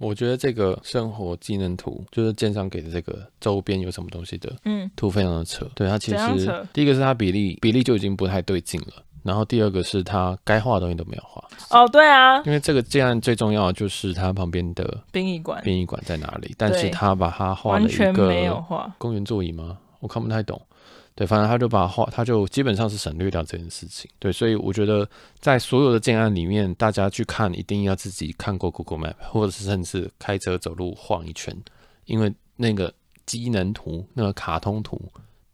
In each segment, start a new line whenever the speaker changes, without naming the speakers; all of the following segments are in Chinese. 我觉得这个生活技能图就是建商给的这个周边有什么东西的
嗯，
图非常的扯，对它其
怎样
实
扯
第一个是它比例比例就已经不太对劲了，然后第二个是它该画的东西都没有画，
哦，对啊，
因为这个建案最重要的就是它旁边的
殡仪馆
殡仪馆在哪里，但是
对
它把它画
完
了一
全没有
个
画，
公园座椅吗？我看不太懂。对，反正他就把画，他就基本上是省略掉这件事情。对，所以我觉得在所有的建案里面，大家去看一定要自己看过 Google Map，或者是甚至开车走路晃一圈，因为那个机能图、那个卡通图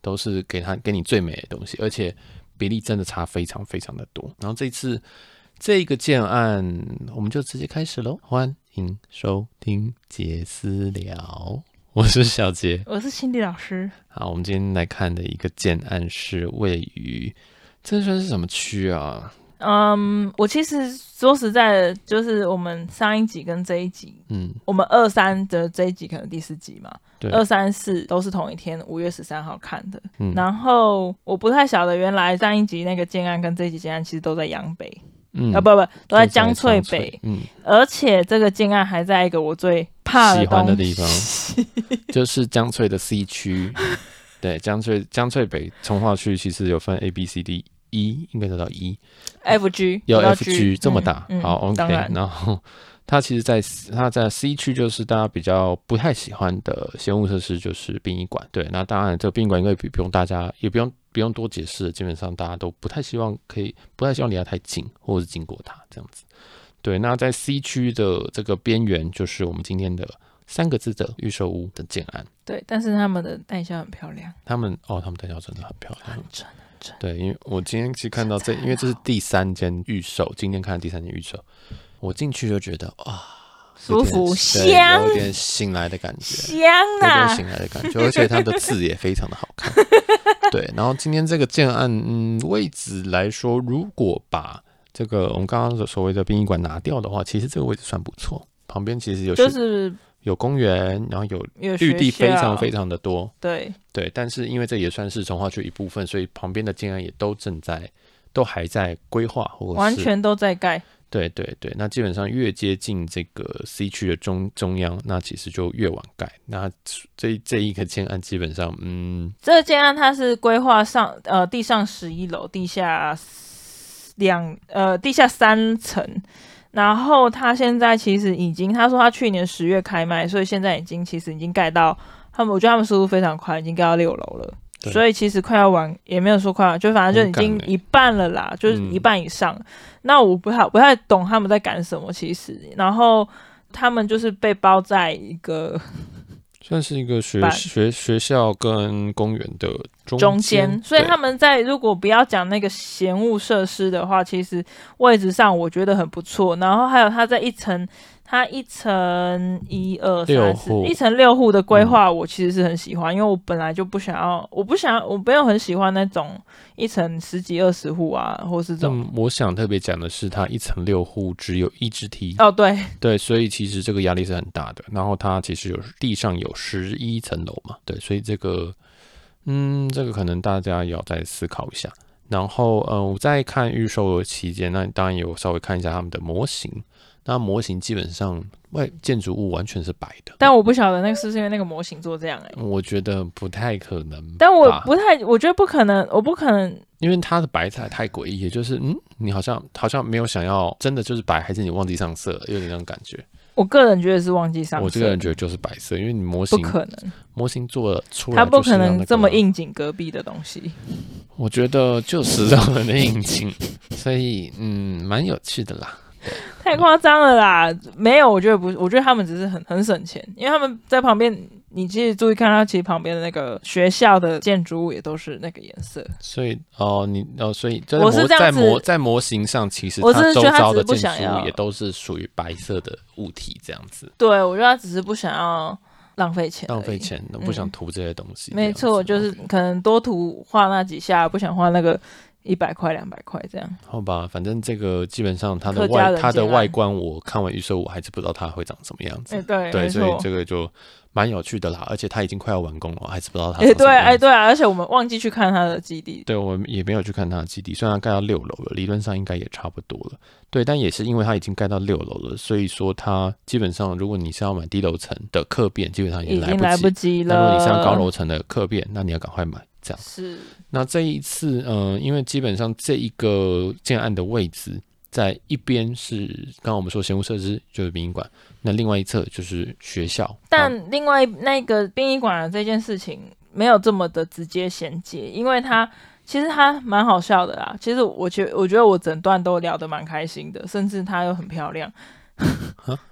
都是给他给你最美的东西，而且比例真的差非常非常的多。然后这次这个建案，我们就直接开始喽，欢迎收听杰私聊，我是小杰。
我是心理老师，
好，我们今天来看的一个建案是位于，这算是什么区啊？
嗯，我其实说实在的，就是我们上一集跟这一集，
嗯，
我们二三的这一集可能第四集嘛，
对
二三四都是同一天，五月十三号看的。
嗯
然后我不太晓得，原来上一集那个建案跟这一集建案其实都在阳北，
嗯，
啊不不，都
都
在江
翠
翠北，，
嗯，
而且这个建案还在一个我最怕
喜欢的
东
地方
西
就是江翠的 C 区，对，江翠江翠北从化区其实有分 A、B、C、D、E，应该得到 E，
FG
要
有到
FG 这么
嗯
大，
嗯
好 OK，
当然
然后。它其实在，它在 C 区就是大家比较不太喜欢的闲物设施，就是殡仪馆。对，那当然这个殡仪馆因为不不用大家也不用不用多解释了，基本上大家都不太希望可以不太希望离它太近，或者是经过它这样子。对，那在 C 区的这个边缘，就是我们今天的三个字的预售屋的建案。
对，但是他们的代销很漂亮，
他们哦，他们代销真的很漂亮，
真的
对，因为我今天去看到这，
现在
因为这是第三间预售，今天看的第三间预售，我进去就觉得啊，
舒服
有点
香
对有点醒来的感觉，
香
有点
啊！
醒来的感 觉，而且它的字也非常的好看。对，然后今天这个建案，嗯，位置来说，如果把这个我们刚刚所所谓的殡仪馆拿掉的话，其实这个位置算不错，旁边其实有
就
学
是
有公园，然后有
有
绿地，非常非
常
常的多。
对，
对，但是因为这也算是从化区一部分，所以旁边的建案也都正在都还在规划或者是
完全都在盖，
对对对。那基本上越接近这个 C 区的中中央，那其实就越晚盖。那这这一个建案基本上，嗯，
这个建案它是规划上呃地上十一楼，地下两呃地下三层。然后它现在其实已经，他说他去年十月开卖，所以现在已经其实已经盖到他们，我觉得他们速度非常快，已经盖到六楼了。
对
所以其实快要完，也没有说快要，就反正就
很
已经
赶欸
一半了啦，就是一半以上。那我不太不太懂他们在赶什么，其实。然后他们就是被包在一个
算是一个学
把
学学校跟公园的中
中
间
间，，所以
对
他们在如果不要讲那个闲物设施的话，其实位置上我觉得很不错。然后还有它在一层，它一层一二
六
三四
户
一层六户的规划，我其实是很喜欢，因为我本来就不想要，我不想我没有很喜欢那种一层十几二十户啊，或是这种。
嗯，我想特别讲的是，它一层六户只有一只梯，
哦，对，
对，所以其实这个压力是很大的。然后它其实有地上有十一层楼嘛，对，所以这个，嗯，这个可能大家也要再思考一下。然后，嗯、我在看预售的期间，那当然有稍微看一下他们的模型。那模型基本上外建筑物完全是白的，
但我不晓得那个是不是因为那个模型做这样哎、
我觉得不太可能。
但我不太，我觉得不可能，我不可能，
因为它的白菜太诡异了，就是嗯，你好像好像没有想要真的就是白，还是你忘记上色了，有点那种感觉。
我个人觉得是忘记上色，
我这个人觉得就是白色，因为你模
不
型
可能，
模型做了出来，
他不可能这么。应景隔壁的东西。
我觉得就是让人的应景， 所以嗯，蛮有趣的啦。
太夸张了啦！没有，我觉得不是，我觉得他们只是很很省钱，因为他们在旁边，你其实注意看到，其实旁边的那个学校的建筑物也都是那个颜色。
所以哦，你哦，所以在
我是
模
这样
在
子
模在模型上，其实
我
它
是
周
觉得它
遭
只
的
是不
建
想
筑
要
物也都是属于白色的物体，这样子
对，我觉得他只是不想要浪费钱，
浪费。钱，不想
嗯
涂这些东西。
没错，
这
就
样
是
子
可能多涂画那几下，不想画那个一百块、两百块这样。
好吧，反正这个基本上它的
客家
外
人
它的
煎啊
外观，我看完预售我还是不知道它会长什么样子。
哎、对，
对，
没
所以
错。
这个就蛮有趣的啦，而且它已经快要完工了，我还是不知道它。
哎、对，哎、，对啊，而且我们忘记去看它的基地。
对我也没有去看它的基地，虽然它盖到六楼了，理论上应该也差不多了。对，但也是因为它已经盖到六楼了，所以说它基本上如果你是要买低楼层的客变，基本上也
已经来
不及。
及
那
了。
如果你是要高楼层的客变，那你要赶快买。这样，
是
那这一次，呃，因为基本上这一个建案的位置在一边是刚刚我们说闲物设施，就是殡仪馆，那另外一侧就是学校。那
但另外那个殡仪馆的这件事情没有这么的直接衔接，因为它其实它蛮好笑的啦。其实我觉我觉得我整段都聊得蛮开心的，甚至它又很漂亮。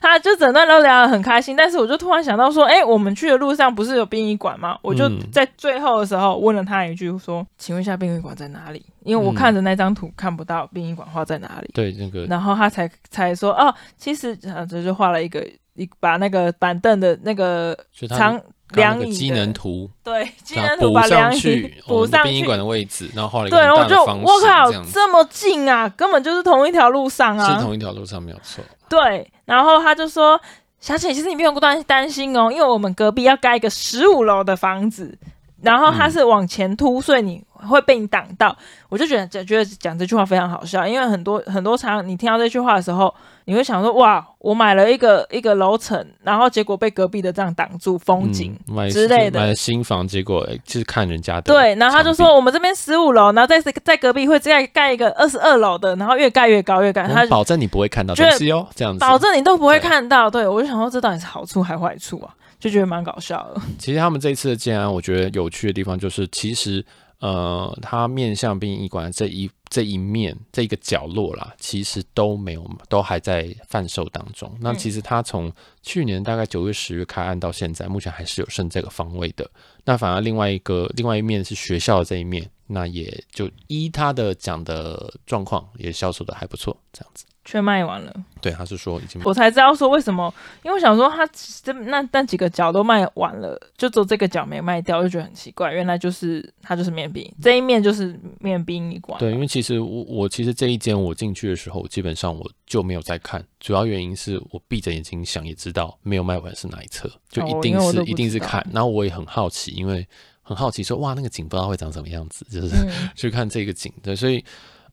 他就整段都聊得很开心，但是我就突然想到说，哎、我们去的路上不是有殡仪馆吗？我就
嗯
在最后的时候问了他一句，说：“请问一下殡仪馆在哪里？”因为我看着那张图看不到殡仪馆画在哪里。
对那个
然后他才才说哦，其实呃，这就画了一个一把那个板凳的那个
就是它
长
刚刚那
凉
个
椅
机
的
能图，
对机
然
能
后
图
补
把
上
凉椅
去我
补
们的
上
殡仪
去，
馆的位置，然后画了一
对，
个很
然后
大
我就
的方
我
形，这
靠，
样子
这么近啊，根本就是同一条路上
是
啊，
同一条路上没有错。
对，然后他就说。小姐，其实你不用担担心哦，因为我们隔壁要盖一个十五楼的房子，然后它
嗯
是往前凸，所以你会被你挡到。我就觉得觉得讲这句话非常好笑，因为很多 很多常你听到这句话的时候，你会想说哇，我买了一个一个楼层，然后结果被隔壁的这样挡住风景。
嗯、买
之类的
买了新房，结果哎就是看人家的墙壁。
对，然后他就说我们这边十五楼，然后在在隔壁会再盖一个二十二楼的，然后越盖越高，越盖，
我
他
们保证你不会看到
觉得
东西哦，这样子。
保证你都不会
对
看到。对我就想说这到底是好处还坏处啊？就觉得蛮搞笑的。
其实他们这一次的建安，我觉得有趣的地方就是，其实呃，它面向殡仪馆的这一这一面这一个角落啦，其实都没有，都还在贩售当中。那
嗯
其实它从去年大概九月、十月开案到现在，目前还是有剩这个方位的。那反而另外一个另外一面是学校的这一面，那也就依他的讲的状况，也销售的还不错，这样子。
却卖完了，
对，他是说已经
我才知道说为什么，因为我想说他这那那几个角都卖完了，就只有这个角没卖掉，就觉得很奇怪。原来就是他就是面冰，这一面就是面冰一馆。
对，因为其实我我其实这一间我进去的时候，基本上我就没有在看，主要原因是我闭着眼睛想也知道没有卖完是哪一册，就
哦
一
因
定
为我
是、
都
一
不
定
知
是
道
看。然后我也很好奇，因为很好奇说哇那个景不知道会长什么样子，就是、
嗯，
去看这个景对，所以，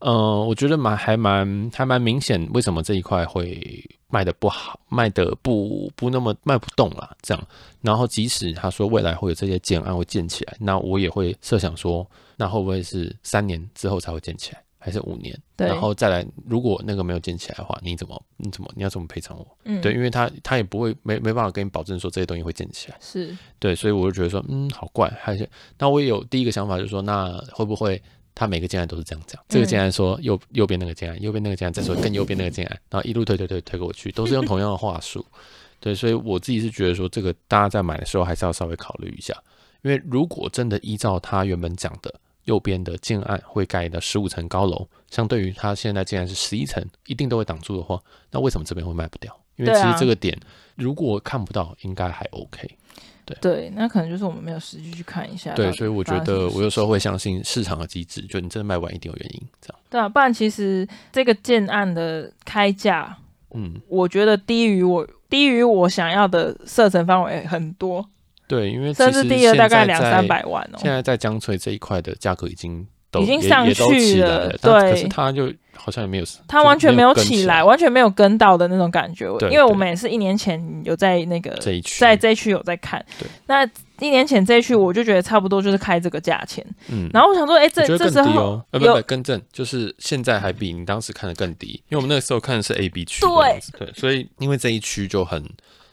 呃，我觉得蛮还蛮还蛮明显，为什么这一块会卖的不好，卖的不不那么卖不动啦，这样。然后，即使他说未来会有这些建案会建起来，那我也会设想说，那会不会是三年之后才会建起来，还是五年？
对
然后再来，如果那个没有建起来的话，你怎么你怎么你要怎么赔偿我？
嗯
对，因为他他也不会没没办法跟你保证说这些东西会建起来。
是
对，所以我就觉得说，嗯，好怪，还是那我也有第一个想法，就是说，那会不会他每个建案都是这样讲？这个
嗯
建案说右右边那个建案，右边那个建案再说更右边那个建案，然后一路推推推推过去，都是用同样的话术。对，所以我自己是觉得说，这个大家在买的时候还是要稍微考虑一下，因为如果真的依照他原本讲的，右边的建案会盖到十五层高楼，相对于他现在建案是十一层，一定都会挡住的话，那为什么这边会卖不掉？因为
对
其
啊
实这个点、如果看不到，应该还 OK。
对，那可能就是我们没有实际去看一下。
对，所以我觉
发生什
得
么事
我有时候会相信市场的机制，就你真的卖完一定有原因，这样。
对啊，不然其实这个建案的开价，
嗯，
我觉得低于我低于我想要的射程范围很多，
对，因为
甚
其
至
实
低了大
现
概
在
两
在
三。百万哦。
现在在江翠这一块的价格已经都
已经
也
上
也都
去
起来
了
了，但可
对
是它就好像也没有，
它
就
完全没
没
有
跟
起来，
来
完全没有跟到的那种感觉。
对
因为我
对
们也是一年前有在那个
这一区。
在这一区有在看
对，
那一年前这一区我就觉得差不多就是开这个价钱，
嗯，
然后我想说，哎、
我
这
觉得
这
更
时
低
候
哦，呃，不
有
不，更正，就是现在还比你当时看的更低，因为我们那个时候看的是 A、B 区，
对
对，所以因为这一区就很，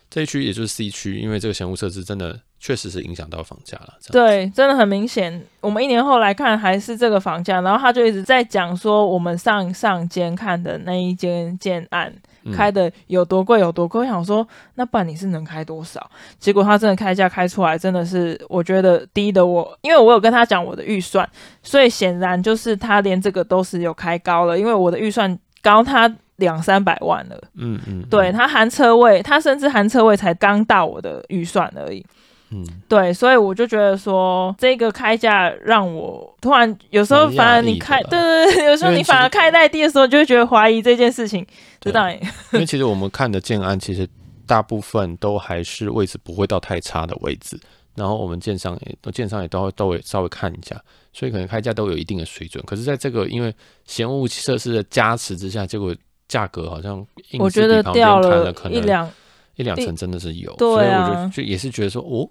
这一区也就是 C 区，因为这个闲物设置真的确实是影响到房价了，这样
对，真的很明显。我们一年后来看还是这个房价，然后他就一直在讲说，我们上上间看的那一间建案
嗯
开的有多贵有多贵。我想说，那不然你是能开多少？结果他真的开价开出来，真的是我觉得低的我，因为我有跟他讲我的预算，所以显然就是他连这个都是有开高了，因为我的预算高他两三百万了。
嗯嗯，
对
嗯
它含车位，它甚至含车位才刚到我的预算而已。
嗯，
对，所以我就觉得说，这个开价让我突然有时候
蛮
反而
讶异
你
的
开，
啦
对对对，有时候
因为
你
其
反
实
而开太低的时候，就会觉得怀疑这件事情，
对啊
知道你
因为其实我们看的建安，其实大部分都还是位置不会到太差的位置，然后我们建商也都建商也都会都会稍微看一下，所以可能开价都有一定的水准。可是，在这个因为嫌恶设施的加持之下，结果价格好像硬
我
是
觉
比
得
旁边
掉
看
了
了可
一
能
两，
一两成真的是有，
对
所以我
啊
就就也是觉得说，哦，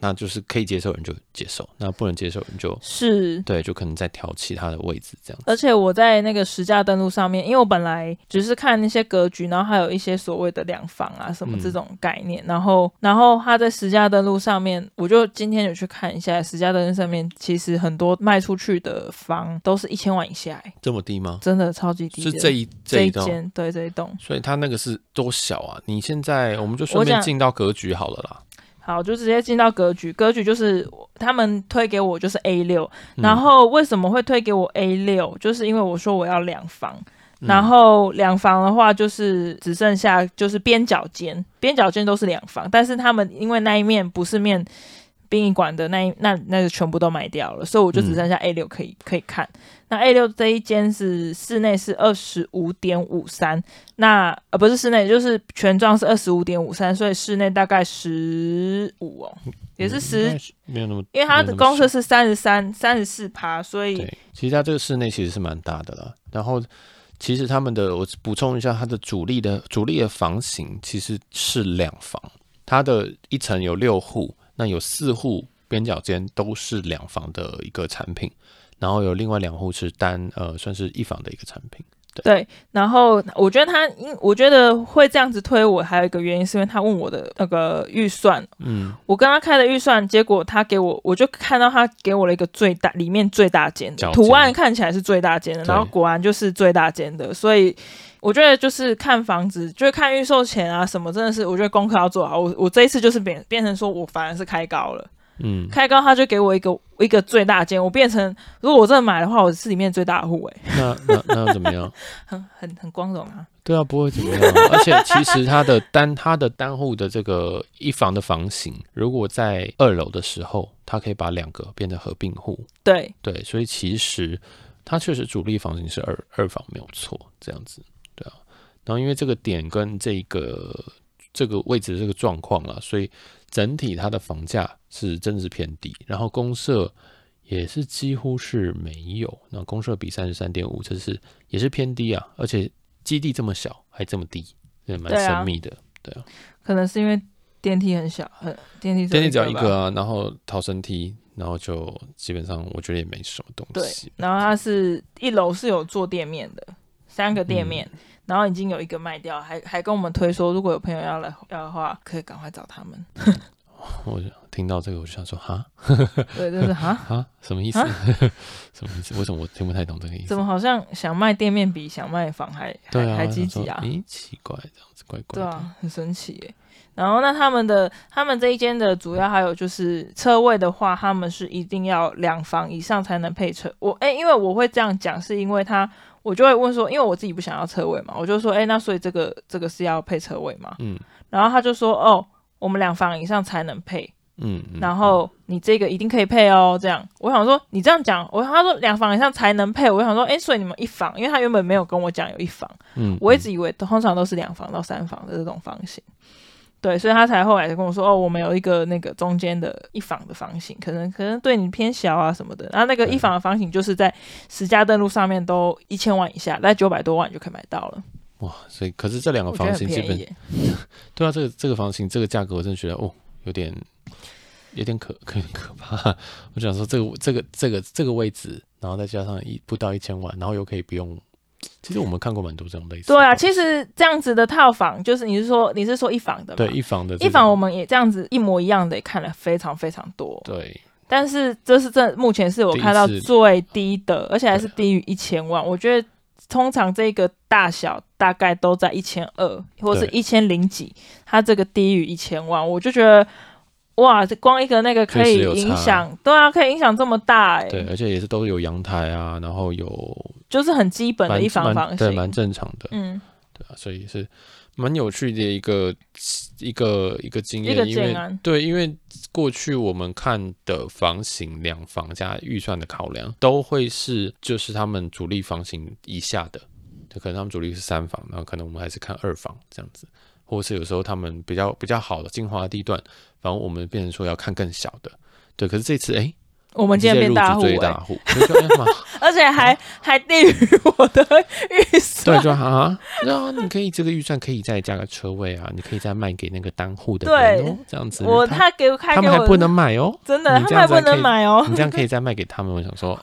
那就是可以接受人就接受，那不能接受人就是对，就可能再调其他的位置这样。
而且我在那个实价登录上面，因为我本来只是看那些格局，然后还有一些所谓的两房啊什么
嗯
这种概念，然后然后他在实价登录上面，我就今天有去看一下实价登录上面，其实很多卖出去的房都是一千万以下、欸，
这么低吗？
真的超级低
是
的。
这一
这
这
一
一栋，
间，对这一栋。
所以它那个是多小啊？你现在我们就顺
我
便
讲
进到格局好了啦。
好，就直接进到格局。格局就是我他们推给我就是 A 六、
嗯
然后为什么会推给我 A 六？就是因为我说我要两房，
嗯
然后两房的话就是只剩下就是边角间，边角间都是两房，但是他们因为那一面不是面殡仪馆的那一那那就全部都卖掉了，所以我
嗯
就只剩下 A 六可以、可以看。那 A 六这一间是室内是二十五点五三，那呃不是室内就是全幢是二十五点五三，所以室内大概十五哦，也是
嗯应
十、
该是没有那么，
因为它
没
的
有那
公
么
设
小
是三十三三十四趴，所以
对，其实它这个室内其实是蛮大的啦。然后其实他们的我补充一下，它的主力的主力的房型其实是两房，它的一层有六户，那有四户边角间都是两房的一个产品，然后有另外两户是单呃算是一房的一个产品。
对，然后我觉得他，因我觉得会这样子推我，还有一个原因是因为他问我的那个预算，哦
嗯，
我跟他开的预算，结果他给我，我就看到他给我了一个最大里面最大间的
小间
图案，看起来是最大间的，
对
然后果然就是最大间的，所以我觉得就是看房子，就是看预售前啊什么，真的是我觉得功课要做好。我我这一次就是变变成说我反而是开高了，
嗯，
开高他就给我一个一个最大间，我变成如果我真的买的话，我是里面最大户、欸，
那那那又怎么样？
很很很光荣啊。
对啊，不会怎么样啊。而且其实它的单它的单户的这个一房的房型，如果在二楼的时候，它可以把两个变成合并户。
对，
对，所以其实它确实主力房型是二二房没有错，这样子，对啊。然后因为这个点跟这个这个位置的这个状况啦，所以整体它的房价是真的是偏低，然后公社也是几乎是没有，那公社比三十三点五，这是也是偏低啊，而且基地这么小还这么低，也蛮
对啊
神秘的。
可能是因为电梯很小，很电梯
电梯只要一
吧
个。啊，然后逃生梯，然后就基本上我觉得也没什么东
对
西，。
然后它是一楼是有做店面的，三个店面，
嗯
然后已经有一个卖掉，还还跟我们推说，如果有朋友要来要的话，可以赶快找他们。
我就听到这个我就想说哈。
对，就是 哈，
啊，什么意思？什么意思？为什么我听不太懂这个意思
怎？么好像想卖店面比想卖房还还、
对啊，
还积极
想
啊？
说咦，奇怪，这样子怪怪
对
的。
啊，很神奇耶。然后那他们的他们这一间的主要还有就是车位的话，他们是一定要两房以上才能配车。我哎、因为我会这样讲，是因为他我就会问说，因为我自己不想要车位嘛，我就说哎、那所以这个这个是要配车位吗？
嗯
然后他就说哦，我们两房以上才能配，
嗯，嗯
然后你这个一定可以配哦。这样我想说你这样讲，我他说两房以上才能配，我想说哎、所以你们一房，因为他原本没有跟我讲有一房。
嗯，嗯
我一直以为通常都是两房到三房的这种房型，对，所以他才后来就跟我说，哦，我们有一个那个中间的一房的房型，可能可能对你偏小啊什么的。然后那个
对
一房的房型就是在十家登录上面都一千万以下，在九百多万就可以买到了，
哇，所以可是这两个
我觉得
房
很
型基
便宜
本
耶。
对啊，这个这个房型这个价格，我真的觉得哦，有点有点可 可可怕。我想说这个这个这个这个位置，然后再加上一不到一千万，然后又可以不用。其实我们看过蛮多这种类似的。
对啊，其实这样子的套房，就是你是说你是说一房的吗？
对一房的这
一房
种
我们也这样子一模一样的也看了非常非常多，
对
但是这是这目前是我看到
第一次啊
最低的，而且还是低于一千万。我觉得通常这个大小大概都在一千二或是
对
一千零几，它这个低于一千万，我就觉得哇，这光一个那个可以
确实有差
影响，对啊，可以影响这么大、欸，
对，而且也是都是有阳台啊，然后有
就是很基本的
蛮
一房
蛮
房
对蛮
型，
正常的。
嗯。
对啊，所以是蛮有趣的一个一个一个经
一个
验，因
建
为
安
对，因为过去我们看的房型、两房加预算的考量，都会是就是他们主力房型以下的，就可能他们主力是三房，然后可能我们还是看二房这样子，或是有时候他们比较比较好的精华地段，反正我们变成说要看更小的，对。可是这次哎，诶
我们今天
直接
变
入
大
主
户、
最
欸
大，户，就觉得哎妈
而且还、还低于我的预
对，
算。
就啊，那你可以这个预算可以再加个车位啊，你可以再卖给那个当户的人
对
哦，这样子。
我
他
他给我开
他
给
们还
我
不能买 哦，
真的，
你
他
这
们还
样子
不
还
能
可以
买哦，
你这样可以再卖给他们。我想说，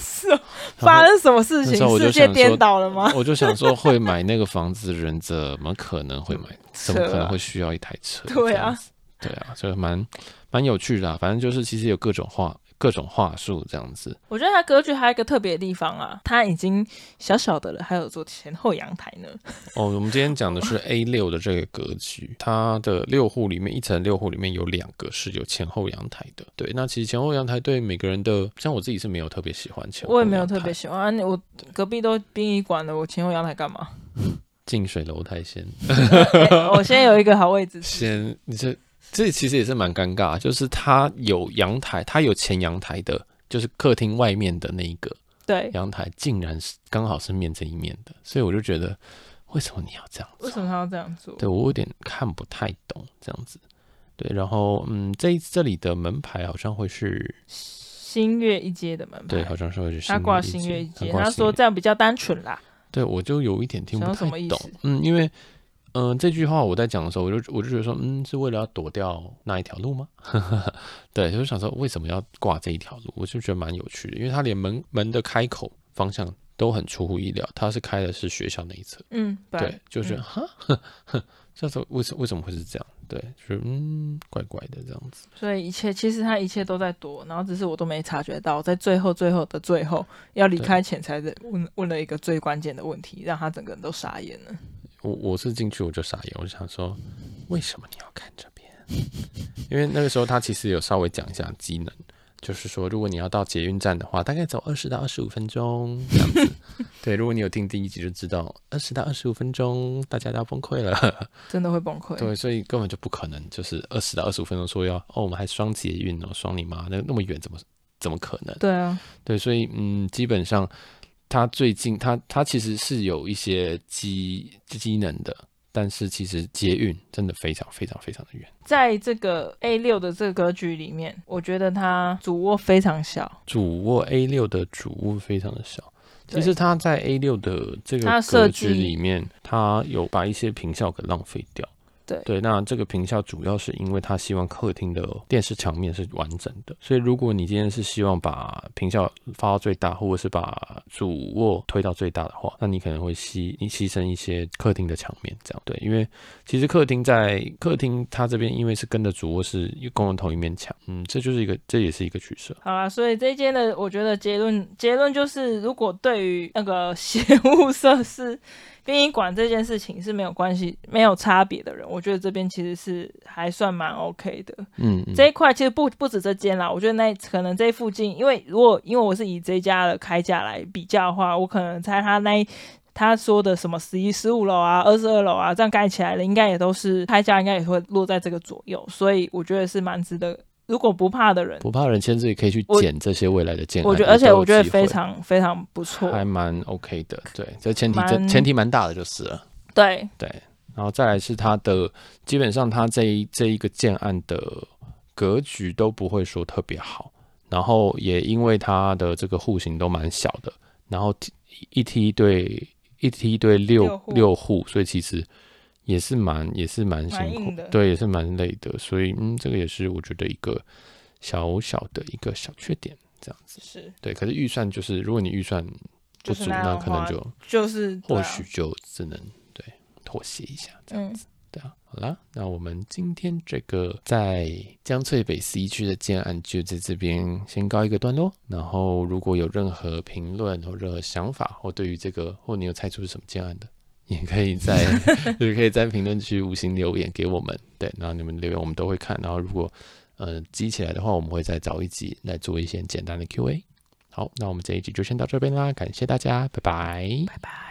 是哦 发生什么事
那时候
情？
我就
世界
想说
颠倒了吗？
我就想说，会买那个房子的人怎么可能会买？怎么
车
可
啊
能会需要一台车？
对
这
啊
样子，对啊，所以蛮蛮有趣的啊、反正就是其实有各种话各种话术这样子。
我觉得它格局还有一个特别的地方啊，它已经小小的了，还有做前后阳台呢。
哦，我们今天讲的是 A 六的这个格局，它的六户里面一层六户里面有两个是有前后阳台的。对，那其实前后阳台对每个人的，像我自己是没有特别喜欢前后
我也
阳台，
没有特别喜欢，啊你我隔壁都殡仪馆了，我前后阳台干 嘛？
近水楼台先
哎我先有一个好位置吃。
先，你这这其实也是蛮尴尬，就是它有阳台，它有前阳台的，就是客厅外面的那一个
对，
阳台，竟然是刚好是面这一面的，所以我就觉得为什么你要这样子
为？什么他要这样做？
对我有点看不太懂这样子。对，然后嗯，这一这里的门牌好像会是，
新月一街的门
对，
牌
好，像是会是
哎他挂
新
新
月
月
一
一
街
街，
挂
他
新
说
月
这样比较单纯啦。
对我就有一点听不
想要
太
什么意
懂
思，
嗯，因为嗯、呃这句话我在讲的时候，我就我就觉得说，嗯，是为了要躲掉那一条路吗？ 对，就是想说为什么要挂这一条路，我就觉得蛮有趣的，因为它连门门的开口方向都很出乎意料，它是开的是学校那一侧。
嗯，本来
对，就觉得哈，这时候为什为什么会是这样？对，就是嗯，怪怪的这样子。
所以一切其实他一切都在躲，然后只是我都没察觉到，在最后最后的最后要离
对
开前才问问了一个最关键的问题，让他整个人都傻眼了。
我我是进去我就傻眼，我就想说，为什么你要看这边？ 因为那个时候他其实有稍微讲一下机能，就是说如果你要到捷运站的话，大概走二十到二十五分钟这样子。 对，如果你有听第一集就知道，二十到二十五分钟大家都要崩溃了。
真的会崩溃。
对，所以根本就不可能，就是二十到二十五分钟说要哦，我们还双捷运哦，双你妈，那那么远怎么怎么可能？
对啊，
对，所以嗯，基本上它最近它它其实是有一些机机能的，但是其实捷运真的非常非常非常的远。
在这个 A 六的这个格局里面，我觉得它主卧非常小，
主卧 A 六的主卧非常的小，其
对
实它在 A 六的这
它
个
的设
格
计
局里面，它有把一些坪效给浪费掉。
对
对，那这个坪效主要是因为它希望客厅的电视墙面是完整的，所以如果你今天是希望把坪效发到最大，或者是把主卧推到最大的话，那你可能会牺你牺牲一些客厅的墙面，这样对，因为其实客厅在客厅它这边因为是跟着主卧是共用同一面墙，嗯，这就是一个这也是一个取舍。
好啦，所以这一间的，我觉得结论结论就是，如果对于那个 邪物设施、殡仪馆这件事情是没有关系、没有差别的人，我觉得这边其实是还算蛮 OK 的。
嗯，嗯
这一块其实不不止这间啦，我觉得那可能这附近，因为如果因为我是以这家的开价来比较的话，我可能猜他那一他说的什么十一、十五楼啊、二十二楼啊，这样盖起来的，应该也都是开价，应该也会落在这个左右，所以我觉得是蛮值得。如果不怕的人，
不怕人签字也可以去
我
捡这些未来的建案，
我觉得
也
而且
都有
我觉得
机
非
会
常非常不错。
还蛮 OK 的，对，这前提
蛮
真前提蛮大的就是了，
对，
对，然后再来是它的基本上它这一这一个建案的格局都不会说特别好，然后也因为它的这个户型都蛮小的，然后梯一梯对一梯对
六
六
户
六户，所以其实也是蛮也是蛮辛
蛮
苦
硬的
对，也是蛮累的，所以嗯，这个也是我觉得一个小小的一个小缺点。这样子。
是
对，可是预算就是，如果你预算不
就是
足，
那
那
样
可能就
就是对
或
啊
许就只能对妥协一下这样。
嗯，
对啊，好啦，那我们今天这个在江翠北 C 区的建案就在这边先告一个段落。然后如果有任何评论或任何想法，或对于这个或你有猜出是什么建案的，也可以在 也可以在评论区五星留言给我们。对，然后你们留言我们都会看。然后如果呃积起来的话，我们会再找一集来做一些简单的 Q&A。好，那我们这一集就先到这边啦，感谢大家，拜拜。
拜拜。